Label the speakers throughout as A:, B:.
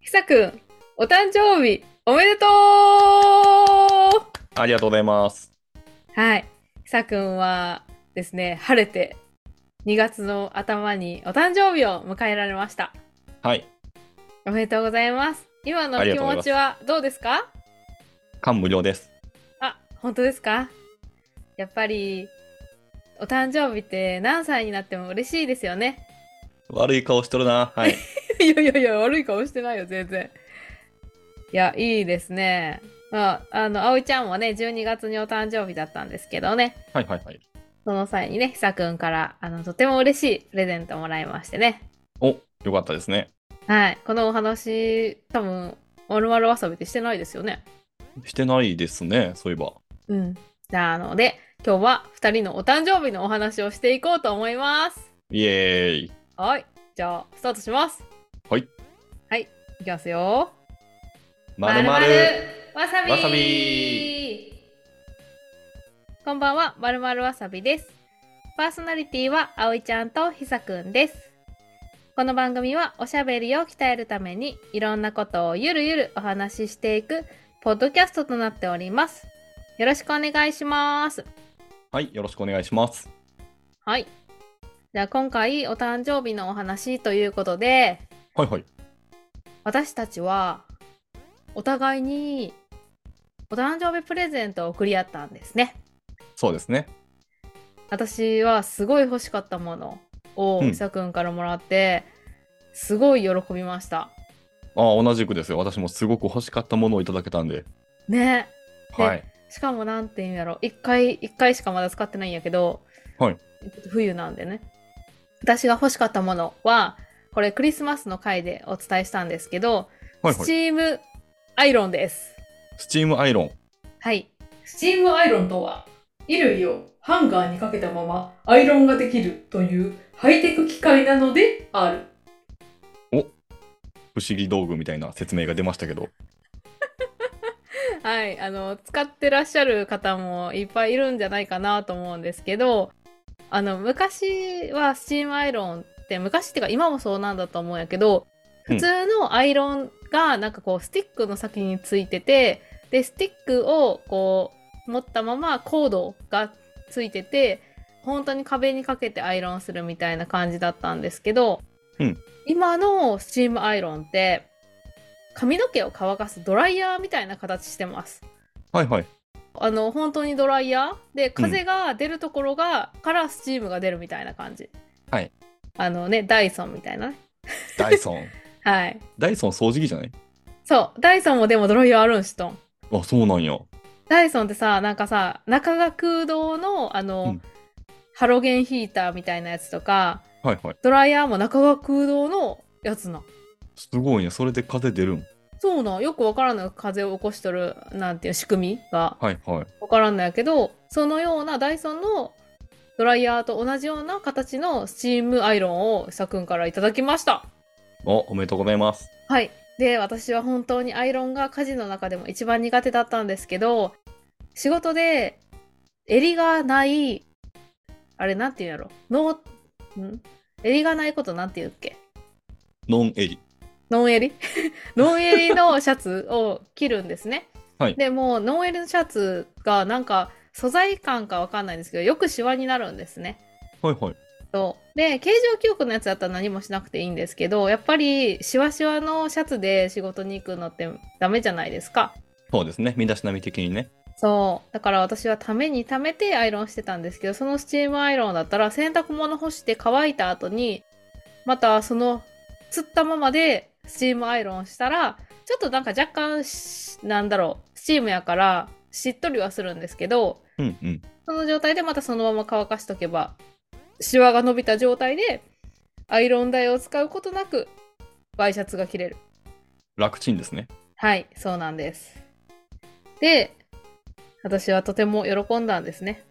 A: ひさくん、お誕生日おめでとう
B: ありがとうございます。
A: はい。ひさくんはですね、晴れて2月の頭にお誕生日を迎えられました。
B: はい。
A: おめでとうございます。今の
B: ありが
A: 気
B: とうござい
A: 持
B: ます
A: ちはどうですか
B: 感無量です。
A: あ、本当ですかやっぱり、お誕生日って何歳になっても嬉しいですよね。
B: 悪い顔しとるな。はい。
A: いやいやいや、悪い顔してないよ、全然。いや、いいですね。まあ、あの、葵ちゃんもね、12月にお誕生日だったんですけどね、
B: はいはいはい。
A: その際にね、ひさくんから、あの、とても嬉しいプレゼントもらいましてね。
B: お、よかったですね。
A: はい。このお話、多分、まるまる遊びってしてないですよね。
B: してないですね。そういえば。
A: うん。なので、今日は2人のお誕生日のお話をしていこうと思います。
B: イエーイ。
A: はい。じゃあ、スタートします。
B: はい。
A: はい。いきますよ。
B: まるまる。
A: わさび
B: わさび
A: こんばんはまるまるわさびですパーソナリティはあおいちゃんとひさくんですこの番組はおしゃべりを鍛えるためにいろんなことをゆるゆるお話ししていくポッドキャストとなっておりますよろしくお願いします
B: はい。よろしくお願いします。
A: はいじゃあ今回お誕生日のお話ということで
B: はいはい。
A: 私たちはお互いにお誕生日プレゼントを送り合ったんですね
B: そうですね。
A: 私はすごい欲しかったものを
B: うん
A: 伊佐くんからもらって、すごい喜びました
B: ああ、同じくですよ。私もすごく欲しかったものをいただけたんで。
A: ね
B: はい。
A: しかもなんて言うんやろ一回一回しかまだ使ってないんやけど、
B: はい
A: 冬なんでね私が欲しかったものはこれクリスマスの回でお伝えしたんですけど、
B: はい
A: ス
B: は
A: チ
B: い。
A: ームアイロンです
B: スチームアイロン。
A: はい。スチームアイロンとは、衣類をハンガーにかけたままアイロンができるというハイテク機械なのである。
B: 不思議道具みたいな説明が出ましたけど。
A: はい。あの、使ってらっしゃる方もいっぱいいるんじゃないかなと思うんですけど、あの、昔はスチームアイロンって、昔っていうか今もそうなんだと思うんやけど、
B: うん
A: 普通のアイロンがなんかこうスティックの先についてて、で、スティックをこう持ったままコードがついてて、本当に壁にかけてアイロンするみたいな感じだったんですけど、
B: うん
A: 今のスチームアイロンって、髪の毛を乾かすドライヤーみたいな形してます。
B: はいはい。
A: あの本当にドライヤーで風が出るところが、からスチームが出るみたいな感じ
B: はい
A: あのねダイソンみたいなね
B: ダイ ソン。
A: はい
B: ダイソン掃除機じゃない
A: そうダイソンもでもドライヤーあるんしとん
B: あ、そうなんや。
A: ダイソンってさなんかさ中が空洞のあの、
B: うん
A: ハロゲンヒーターみたいなやつとか
B: はいはい。
A: ドライヤーも中が空洞のやつな
B: すごいね。それで風出るん。
A: そうなんよくわからない風を起こしとるなんていう仕組みが
B: はいはい。
A: わからんのやけどそのようなダイソンのドライヤーと同じような形のスチームアイロンをさくんからいただきました
B: お、おめでとうございます。
A: はいで私は本当にアイロンが家事の中でも一番苦手だったんですけど仕事で襟がないあれなんていうんやろノーん襟がないことなんて言うっけ
B: ノンエリ。
A: ノン襟 ノン襟のシャツを着るんですね。
B: はい
A: でもうノン襟のシャツがなんか素材感かわかんないんですけどよくシワになるんですね。
B: はいはい。
A: そうで形状記憶のやつだったら何もしなくていいんですけどやっぱりシワシワのシャツで仕事に行くのってダメじゃないですか。
B: そうですね。身だしなみ的にね。
A: そうだから私はためにためてアイロンしてたんですけどそのスチームアイロンだったら洗濯物干して乾いた後にまたそのつったままでスチームアイロンしたらちょっとなんか若干しなんだろうスチームやからしっとりはするんですけど
B: うんうん。
A: その状態でまたそのまま乾かしとけばシワが伸びた状態でアイロン台を使うことなくワイシャツが切れる
B: 楽ちんですね。
A: はいそうなんですで私はとても喜んだんですね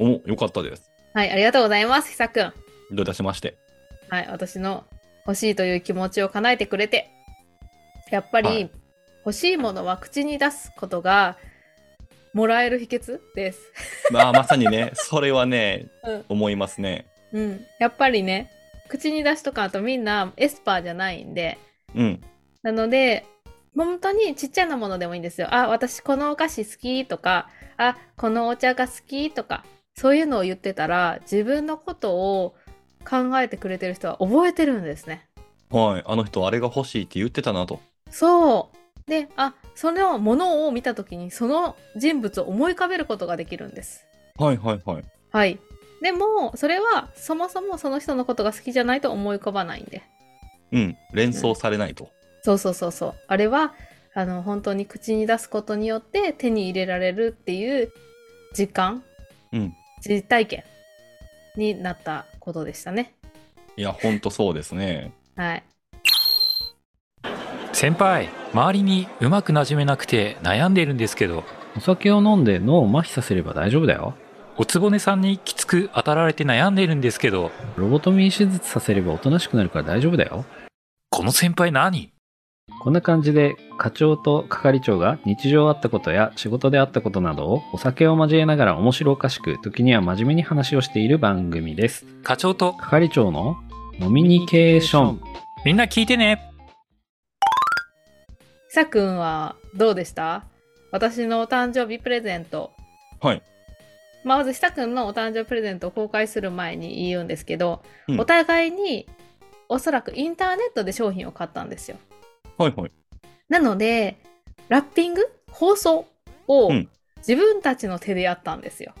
B: お、よかったです。
A: はい、ありがとうございます、ひさくん。
B: どういたしまして。
A: はい、私の欲しいという気持ちを叶えてくれて。やっぱり、
B: はい
A: 欲しいものは口に出すことが、もらえる秘訣です。
B: まあ、 まさにね、それはね、
A: うん
B: 思いますね。
A: うん。やっぱりね、口に出しとかんとみんなエスパーじゃないんで、
B: うん。
A: なので、本当にちっちゃなものでもいいんですよ。あ、私このお菓子好きとか、あ、このお茶が好きとか、そういうのを言ってたら、自分のことを考えてくれてる人は覚えてるんですね。
B: はい。あの人、あれが欲しいって言ってたなと。
A: そう。で、あ、そのものを見た時に、その人物を思い浮かべることができるんです。
B: はいはいはい。
A: はい。でも、それはそもそもその人のことが好きじゃないと思い浮かばないんで。
B: うん。連想されないと。
A: そうそうそうそう。あれは、あの、本当に口に出すことによって手に入れられるっていう時間、
B: うん。
A: 実体験になったことでしたね。
B: いや、ほんとそうですね。
A: はい。
C: 先輩周りにうまくなじめなくて悩んでいるんですけど
D: お酒を飲んで脳を麻痺させれば大丈夫だよ。
C: おつぼねさんにきつく当たられて悩んでいるんですけど
D: ロボトミー手術させればおとなしくなるから大丈夫だよ。
C: この先輩何
D: こんな感じで課長と係長が日常あったことや仕事であったことなどをお酒を交えながら面白おかしく時には真面目に話をしている番組です。
C: 課長と
D: 係長のノミニケーション。
C: みんな聞いてね
A: ひさくんはどうでした私のお誕生日プレゼント。
B: はい。
A: まあまずひさくんのお誕生日プレゼントを公開する前に言うんですけど、
B: うん
A: お互いにおそらくインターネットで商品を買ったんですよ。
B: はい はい。
A: なので、ラッピング包装を
B: うん
A: 自分たちの手でやったんですよ。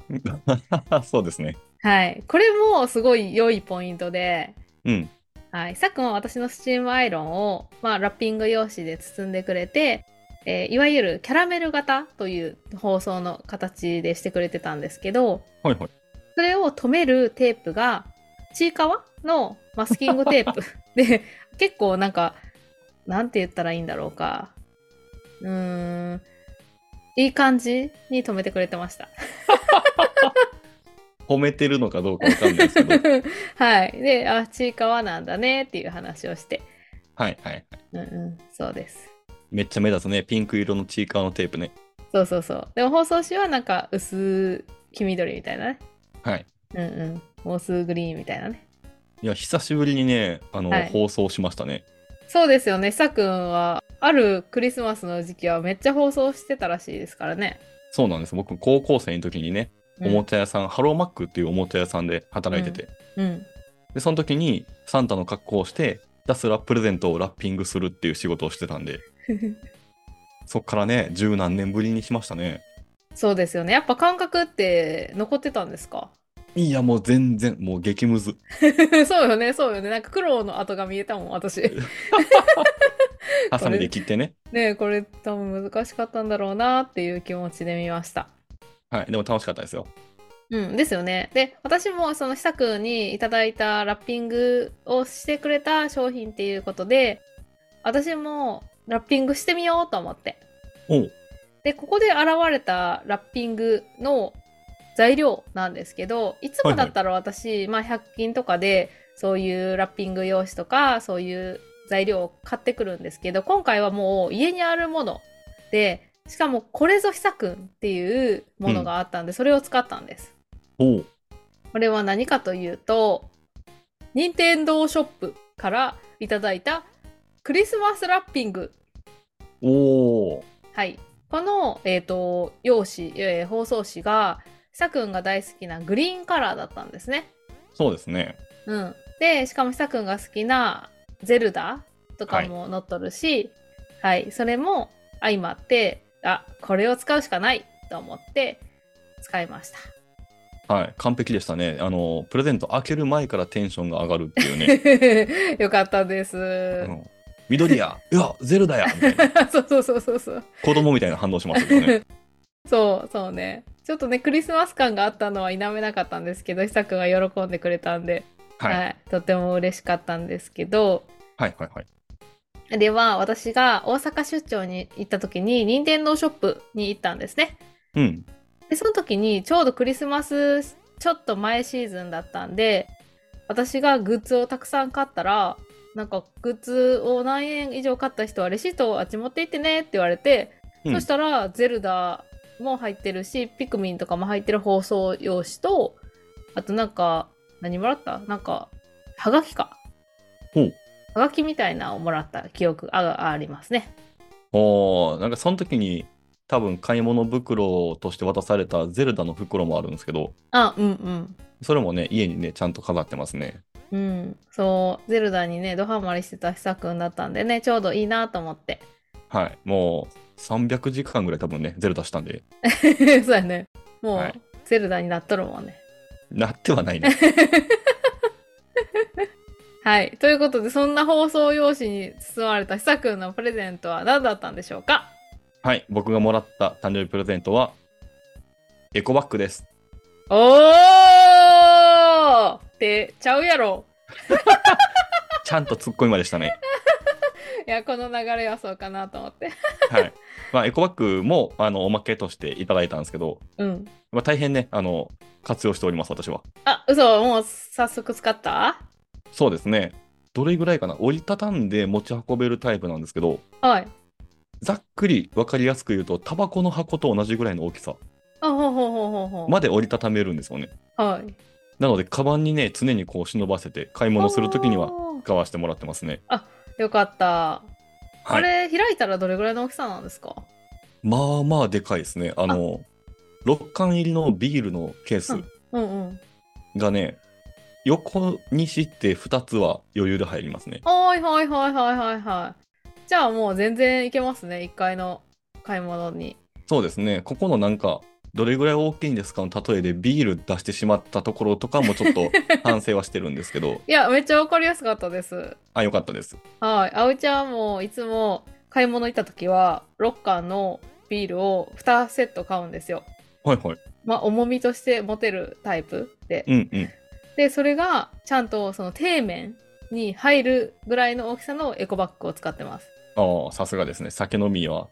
B: そうですね。
A: はい。これもすごい良いポイントで、
B: うん。
A: はい。さっくんは私のスチームアイロンを、まあ、ラッピング用紙で包んでくれて、えーいわゆるキャラメル型という包装の形でしてくれてたんですけど、
B: はいはい。
A: それを止めるテープが、ちいかわのマスキングテー プで、結構なんか、なんて言ったらいいんだろうか。うーん、いい感じに止めてくれてました。
B: 褒めてるのかどうかわかんないで すけど。
A: はい。で、あ、ちいかわなんだねっていう話をして。
B: はいはい。
A: うんうん、そうです。
B: めっちゃ目立つね。ピンク色のチーカーのテープね。
A: そうそうそう。でも放送紙はなんか薄黄緑みたいなね。
B: はい。
A: うんうん。モースグリーンみたいなね。
B: いや、久しぶりにね、あの、
A: はい
B: 放送しましたね。
A: そうですよね。さくんは、あるクリスマスの時期はめっちゃ放送してたらしいですからね。
B: そうなんです。僕、高校生の時にね、
A: うん
B: おもちゃ屋さん、ハローマックっていうおもちゃ屋さんで働いてて、
A: うん。
B: で、その時にサンタの格好をして、ひたすらプレゼントをラッピングするっていう仕事をしてたんで、そっからね、十何年ぶりにしましたね。
A: そうですよね。やっぱ感覚って残ってたんですか
B: いや、もう全然、もう激ムズ。
A: そうよね、そうよね。なんか苦労の跡が見えたもん、 私。
B: ハサミで切ってね。
A: ねえこれ多分難しかったんだろうなっていう気持ちで見ました。
B: はい。でも楽しかったですよ。
A: うん、ですよね。で、私もその久くんにいただいたラッピングをしてくれた商品っていうことで、私もラッピングしてみようと思って。
B: おう。
A: で、ここで現れたラッピングの材料なんですけど、いつもだったら私、まあ100均とかでそういうラッピング用紙とか、そういう材料を買ってくるんですけど、今回はもう家にあるもので、しかもこれぞひさくんっていうものがあったんで、それを使ったんです。
B: おう。
A: これは何かというと、任天堂ショップからいただいたクリスマスラッピング。
B: おー
A: はい。この、えー、と用紙、えー包装紙が、久くんが大好きなグリーンカラーだったんですね。
B: そうですね。
A: うん。で、しかも久くんが好きなゼルダとかも載っとるし、はい、それも相まって、あ、これを使うしかないと思って使いました。
B: はい。完璧でしたね。あの、プレゼント開ける前からテンションが上がるってい うね。
A: よかったです。
B: あの緑や、いや、ゼルダや、みたい な。
A: そうそうそうそうそう。
B: 子供みたいな反応します けどね。
A: そうそうね。ちょっとね、クリスマス感があったのは否めなかったんですけど、久くんが喜んでくれたんで、
B: はい。はい、
A: とても嬉しかったんですけど、
B: はい、はい。
A: では、私が大阪出張に行った時に、任天堂ショップに行ったんですね。
B: うん。
A: で、その時に、ちょうどクリスマス、ちょっと前シーズンだったんで、私がグッズをたくさん買ったら、なんか、グッズを何円以上買った人はレシートをあっち持って行ってねって言われて、
B: うん
A: そしたら、ゼルダも入ってるし、ピクミンとかも入ってる包装用紙と、あとなんか、何もらったなんか、はがきか。
B: ほう
A: はがきみたいなのをもらった記憶があありますね。
B: おーなんかその時に多分買い物袋として渡されたゼルダの袋もあるんですけど、
A: あ、うん
B: それもね、家にね、ちゃんと飾ってますね。
A: うん。うん。そう、ゼルダにね、ドハマりしてた久くんだったんでね、ちょうどいいなと思って。
B: はい。もう300時間ぐらい多分ね、ゼルダしたんで、
A: そうやね。もう、
B: はい
A: ゼルダになっとるもんね。
B: なってはないね。
A: はい。ということで、そんな放送用紙に包まれた久くんのプレゼントは何だったんでしょうか
B: はい。僕がもらった誕生日プレゼントは、エコバッグです。
A: おーってちゃうやろ。
B: ちゃんとツッコミまでしたね。
A: いや、この流れはそうかなと思って。
B: はい。まあ、エコバッグも、あの、おまけとしていただいたんですけど、
A: うん。
B: まあ、大変ね、あの、活用しております、私は。
A: あ、嘘、もう早速使った
B: そうですね。どれぐらいかな折りたたんで持ち運べるタイプなんですけど、
A: はい。
B: ざっくり分かりやすく言うと、タバコの箱と同じぐらいの大きさ
A: あ、ほうほうほうほうほう。
B: まで折りたためるんですよね。
A: はい。
B: なので、カバンにね、常にこう忍ばせて、買い物するときには
A: おー。
B: 使わせてもらってますね。
A: よかった。
B: は
A: あ
B: い。
A: れ、開いたらどれぐらいの大きさなんですか
B: まあまあでかいですね。あの、6缶入りのビールのケース
A: うんうん。
B: がね、横にして2つは余裕で入りますね。
A: はいはいはいはいはいはい。じゃあもう全然いけますね。1階の買い物に。
B: そうですね。ここのなんか、どれぐらい大きいんですかの例えでビール出してしまったところとかもちょっと反省はしてるんです けど、
A: いや、めっちゃわかりやすかったです。
B: あ、よかったです。
A: はい。あおちゃんもいつも買い物行った時は、ロッカーのビールを2セット買うんですよ。
B: はいはい。
A: まあ、重みとして持てるタイプで。
B: うんうん。
A: で、それがちゃんとその底面に入るぐらいの大きさのエコバッグを使ってます。
B: ああ、さすがですね。酒飲みは、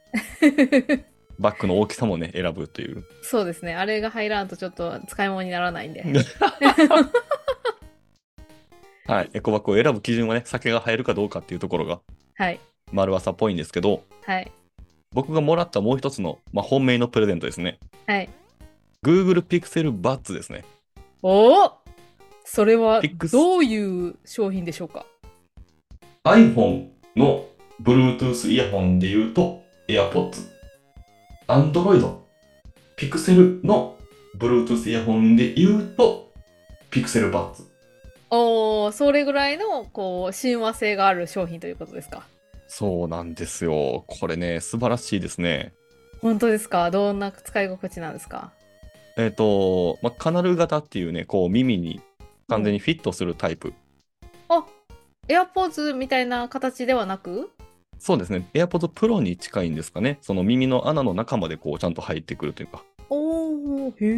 B: バッグの大きさもね、選ぶという。
A: そうですね。あれが入らんとちょっと使い物にならない んで。
B: はい。エコバッグを選ぶ基準はね、酒が入るかどうかっていうところが、
A: はい。
B: 丸わさっぽいんですけど、
A: はい。
B: 僕がもらったもう一つの、まあ、本命のプレゼントですね。
A: はい。
B: Google Pixel Buds ですね。
A: おおそれは
B: ピックス
A: どういう商品でしょうか
B: iPhone の Bluetooth イヤホンで言うと AirPods。Android、Pixel の Bluetooth イヤホンで言うと Pixel Buds。
A: おおそれぐらいのこう親和性がある商品ということですか
B: そうなんですよ。これね、素晴らしいですね。
A: 本当ですかどんな使い心地なんですか
B: えっ、と、まあ、カナル型っていうね、こう耳に完全にフィットするタイプ。
A: あエアポーズみたいな形ではなく
B: そうですね、AirPods Pro に近いんですかね。その耳の穴の中までこうちゃんと入ってくるというか。
A: おおへえ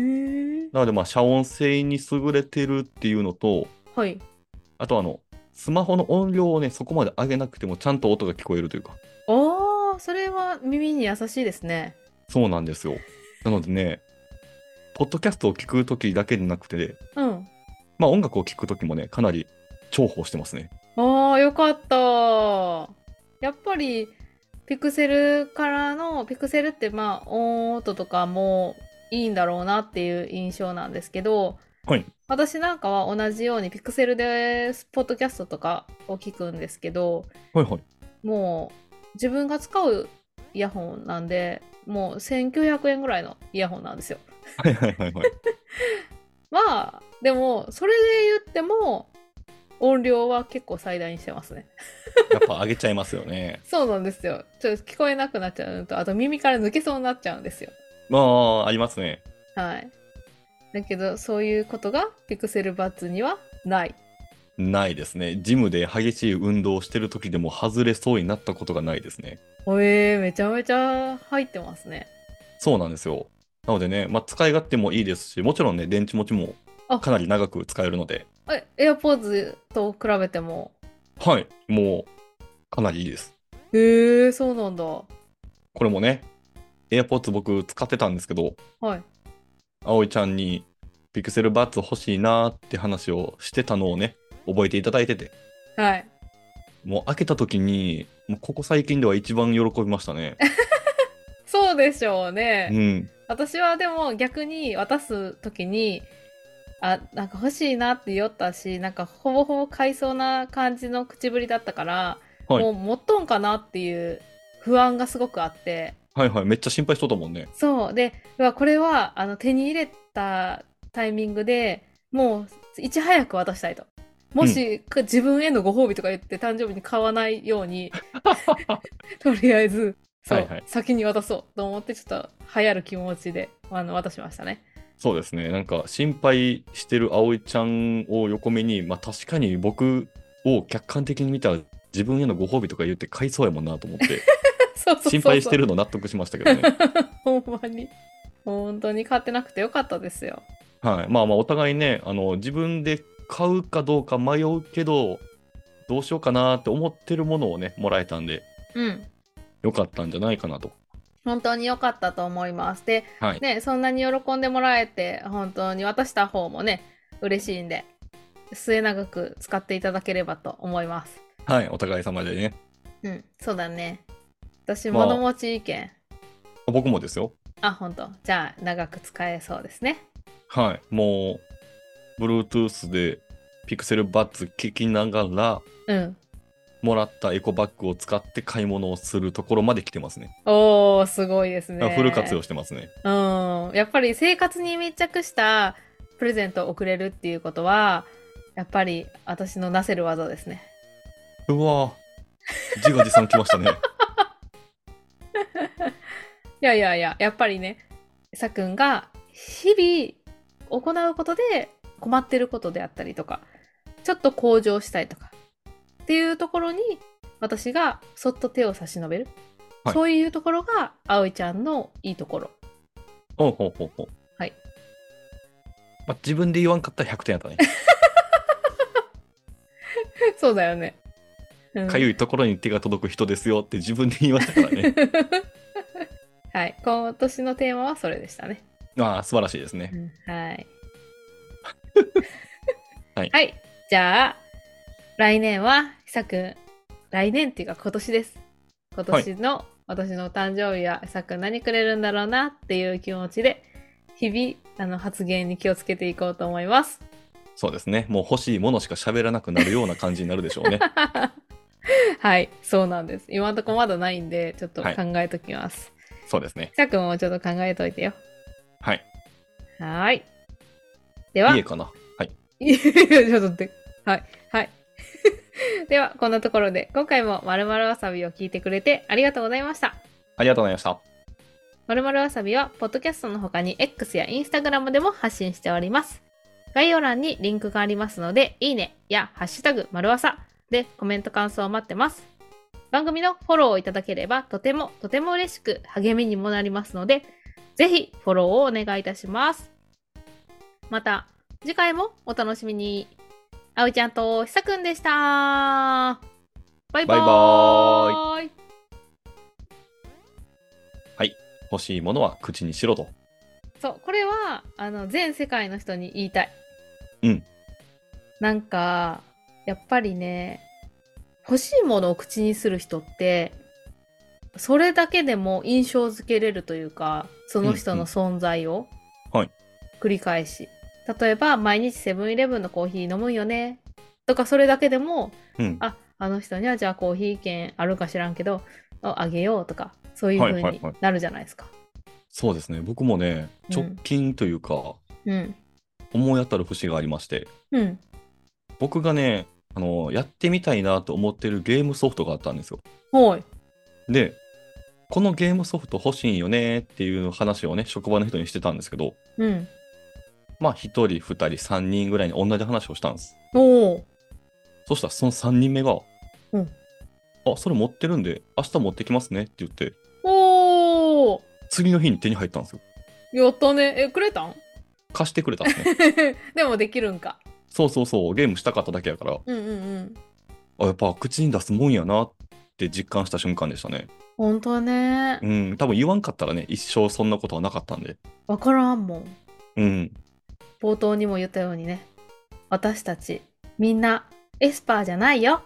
B: なので、まあ、遮音性に優れてるっていうのと、
A: はい
B: あとあの、スマホの音量をね、そこまで上げなくてもちゃんと音が聞こえるというか、
A: おーそれは耳に優しいですね
B: そうなんですよ。なのでね、ポッドキャストを聞くときだけでなくて、
A: うん
B: まあ、音楽を聞くときもね、かなり重宝してますね。
A: あーよかったやっぱりピクセルからのピクセルってまあ音音とかもいいんだろうなっていう印象なんですけど、
B: はい
A: 私なんかは同じようにピクセルでポッドキャストとかを聞くんですけど
B: はいはい。
A: もう自分が使うイヤホンなんでもう1900円ぐらいのイヤホンなんですよ。
B: はいはいはいはい。
A: まあでもそれで言っても音量は結構最大にしてますね。
B: やっぱ上げちゃいますよね。
A: そうなんですよ。ちょっと聞こえなくなっちゃうのと、あと耳から抜けそうになっちゃうんですよ。
B: まあ、ありますね。
A: はい。だけど、そういうことがピクセルバッツにはない。
B: ないですね。ジムで激しい運動をしてる時でも外れそうになったことがないですね。
A: おえー、めちゃめちゃ入ってますね。
B: そうなんですよ。なのでね、まあ、使い勝手もいいですし、もちろんね、電池持ちも
A: あ
B: かなり長く使えるので、
A: え、エアポーズと比べても。
B: はい、もうかなりいいです。
A: へえー、そうなんだ。は
B: これもね、AirPods 僕使ってたんですけど、
A: い。
B: 葵ちゃんにピクセルバッツ欲しいなーって話をしてたのをね、覚えていただいてて、
A: はい。
B: もう開けた時に、もうここ最近では一番喜びまし たね。
A: そうでしょう
B: う
A: ね。
B: ん。
A: 私はでも逆に渡す時に、あなんか欲しいなって言おったしなんかほぼほぼ買いそうな感じの口ぶりだったから、
B: はい
A: もう持っとんかなっていう不安がすごくあって
B: はいはいめっちゃ心配しとったもんね
A: そうでうわこれはあの手に入れたタイミングでもういち早く渡したいと。もし、か自分へのご褒美とか言って誕生日に買わないよう にとりあえずそう、
B: はいはい
A: 先に渡そうと思ってちょっと流行る気持ちであの渡しましたね。
B: そうですねなんか心配してる葵ちゃんを横目にまあ確かに僕を客観的に見たら自分へのご褒美とか言って買い そうやもんなと思って
A: そうそうそうそう
B: 心配してるの納得しましたけどね
A: ほんまに。本当に買ってなくてよかったですよ。
B: はいまあまあお互いねあの自分で買うかどうか迷うけどどうしようかなって思ってるものをねもらえたんで
A: うん。
B: よかったんじゃないかなと
A: 本当に良かったと思います。で、
B: はい
A: ね、そんなに喜んでもらえて、本当に渡した方もね、嬉しいんで、末永く使っていただければと思います。
B: はいお互い様でね
A: うん、そうだね。私、
B: まあ
A: 物持ち意見。
B: 僕もですよ
A: あ、本当。じゃあ、長く使えそうですね。
B: はいもう Bluetooth でピクセルバッツ聞きながら
A: うん。
B: もらったエコバッグを使って買い物をするところまで来てますね。
A: おー、すごいですね。
B: フル活用してますね。
A: うん、やっぱり生活に密着したプレゼントを送れるっていうことは、やっぱり私のなせる技ですね。
B: うわぁ、自画自賛来まし たね。
A: いやいやいや、やっぱりね、さくんが日々行うことで困ってることであったりとか、ちょっと向上したいとか、っていうところに私がそっと手を差し伸べる。
B: はい
A: そういうところが葵ちゃんのいいところ。
B: ほうほうほうほう。
A: はい。
B: まあ、自分で言わんかったら100点やったね。
A: そうだよね。うん
B: かゆいところに手が届く人ですよって自分で言いましたから ね。
A: はい、今年のテーマはそれでしたね。
B: ああ、素晴らしいですね。
A: はい。
B: はい
A: じゃあ、来年は、ひさくん、来年っていうか今年です。今年の、私のお誕生日は、ひさくん何くれるんだろうなっていう気持ちで、日々、あの、発言に気をつけていこうと思います。
B: そうですね。もう欲しいものしか喋らなくなるような感じになるでしょ うね。
A: はい、そうなんです。今のとこまだないんで、ちょっと考
B: はい
A: えときます。
B: そうですね。
A: ひさくんもちょっと考えといてよ。
B: はい。
A: はーい。では
B: 家、かな。はい。
A: いやいや、ちょっと待って。はい。はい。 では、こんなところで、今回もまるわさびを聞いてくれてありがとうございました。
B: ありがとうございました。
A: まるわさびは、ポッドキャストの他に X や Instagram でも発信しております。概要欄にリンクがありますので、いいねやハッシュタグまるわさでコメント感想を待ってます。番組のフォローをいただければ、とてもとても嬉しく励みにもなりますので、ぜひフォローをお願いいたします。また、次回もお楽しみに。あおいちゃんとひさくんでした。バイバーイ。
B: バイバ欲しいものは口にしろと。
A: そう、これは、あの、全世界の人に言いたい。
B: うん。
A: なんか、やっぱりね、欲しいものを口にする人って、それだけでも印象づけれるというか、その人の存在を、
B: うんはい
A: 繰り返し。例えば、毎日セブンイレブンのコーヒー飲むよね。とか、それだけでも、
B: うん。
A: ああの人にはじゃあコーヒー券あるか知らんけどああげようとかそういう風
B: はいは
A: に
B: いはい
A: なるじゃないですか。
B: そうですね。僕もね、
A: うん
B: 直近というか、
A: うん
B: 思い当たる節がありまして
A: うん
B: 僕がねあのやってみたいなと思ってるゲームソフトがあったんですよ
A: はい
B: でこのゲームソフト欲しいよねっていう話をね職場の人にしてたんですけど
A: うん
B: まあ1人2人3人ぐらいに同じ話をしたんです
A: おお
B: そしたらその3人目が「
A: うん
B: あそれ持ってるんで明日持ってきますね」って言って
A: おお
B: 次の日に手に入ったんですよ
A: やったねえくれたん
B: 貸してくれたんですね
A: でもできるんか
B: そうそうそうゲームしたかっただけやから
A: うんうんうん
B: あやっぱ口に出すもんやなって実感した瞬間でしたね
A: 本当ね
B: うん多分言わんかったらね一生そんなことはなかったんで
A: わからんもん
B: うん、
A: 冒頭にも言ったようにね私たちみんなエスパーじゃないよ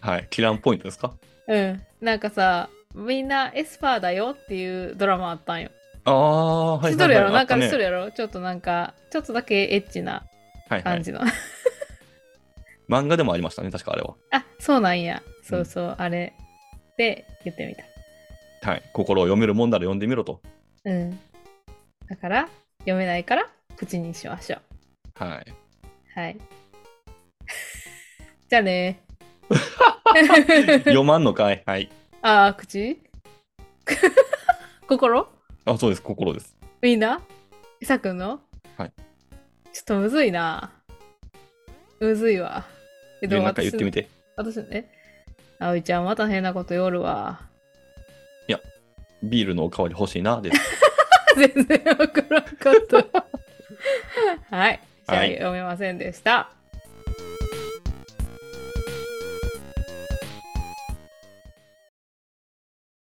B: はい、キランポイントですか
A: うんなんかさみんなエスパーだよっていうドラマあったんよ
B: ああ、はいはいはい。
A: しとるやろ、なん
B: あ
A: か
B: ったね
A: しとるやろ、ちょっとなんか、ちょっとだけエッチな
B: はいは
A: 感
B: い。
A: じの。
B: 漫画でもありましたね、確かあれは。
A: あ、そうなんや。そうそう、あれ。で、言ってみた。
B: はい。心を読めるもんなら読んでみろと。
A: うん。だから、読めないから、口にしましょう。
B: はい。
A: はい。じゃあ ね。
B: 読まんのかい。はい。
A: ああ、口 心
B: あ、そうです、心です。
A: みんなイサくんの
B: はい。
A: ちょっとむずいな。むずいわ。え
B: で、なんか言ってみ
A: て。
B: て。
A: 私のね。葵ちゃん、また変なこと夜は。
B: ビールのおかわり欲しいな、です。
A: 全然わからんかった。はい。じゃあ、
B: はい
A: 読めませんでした。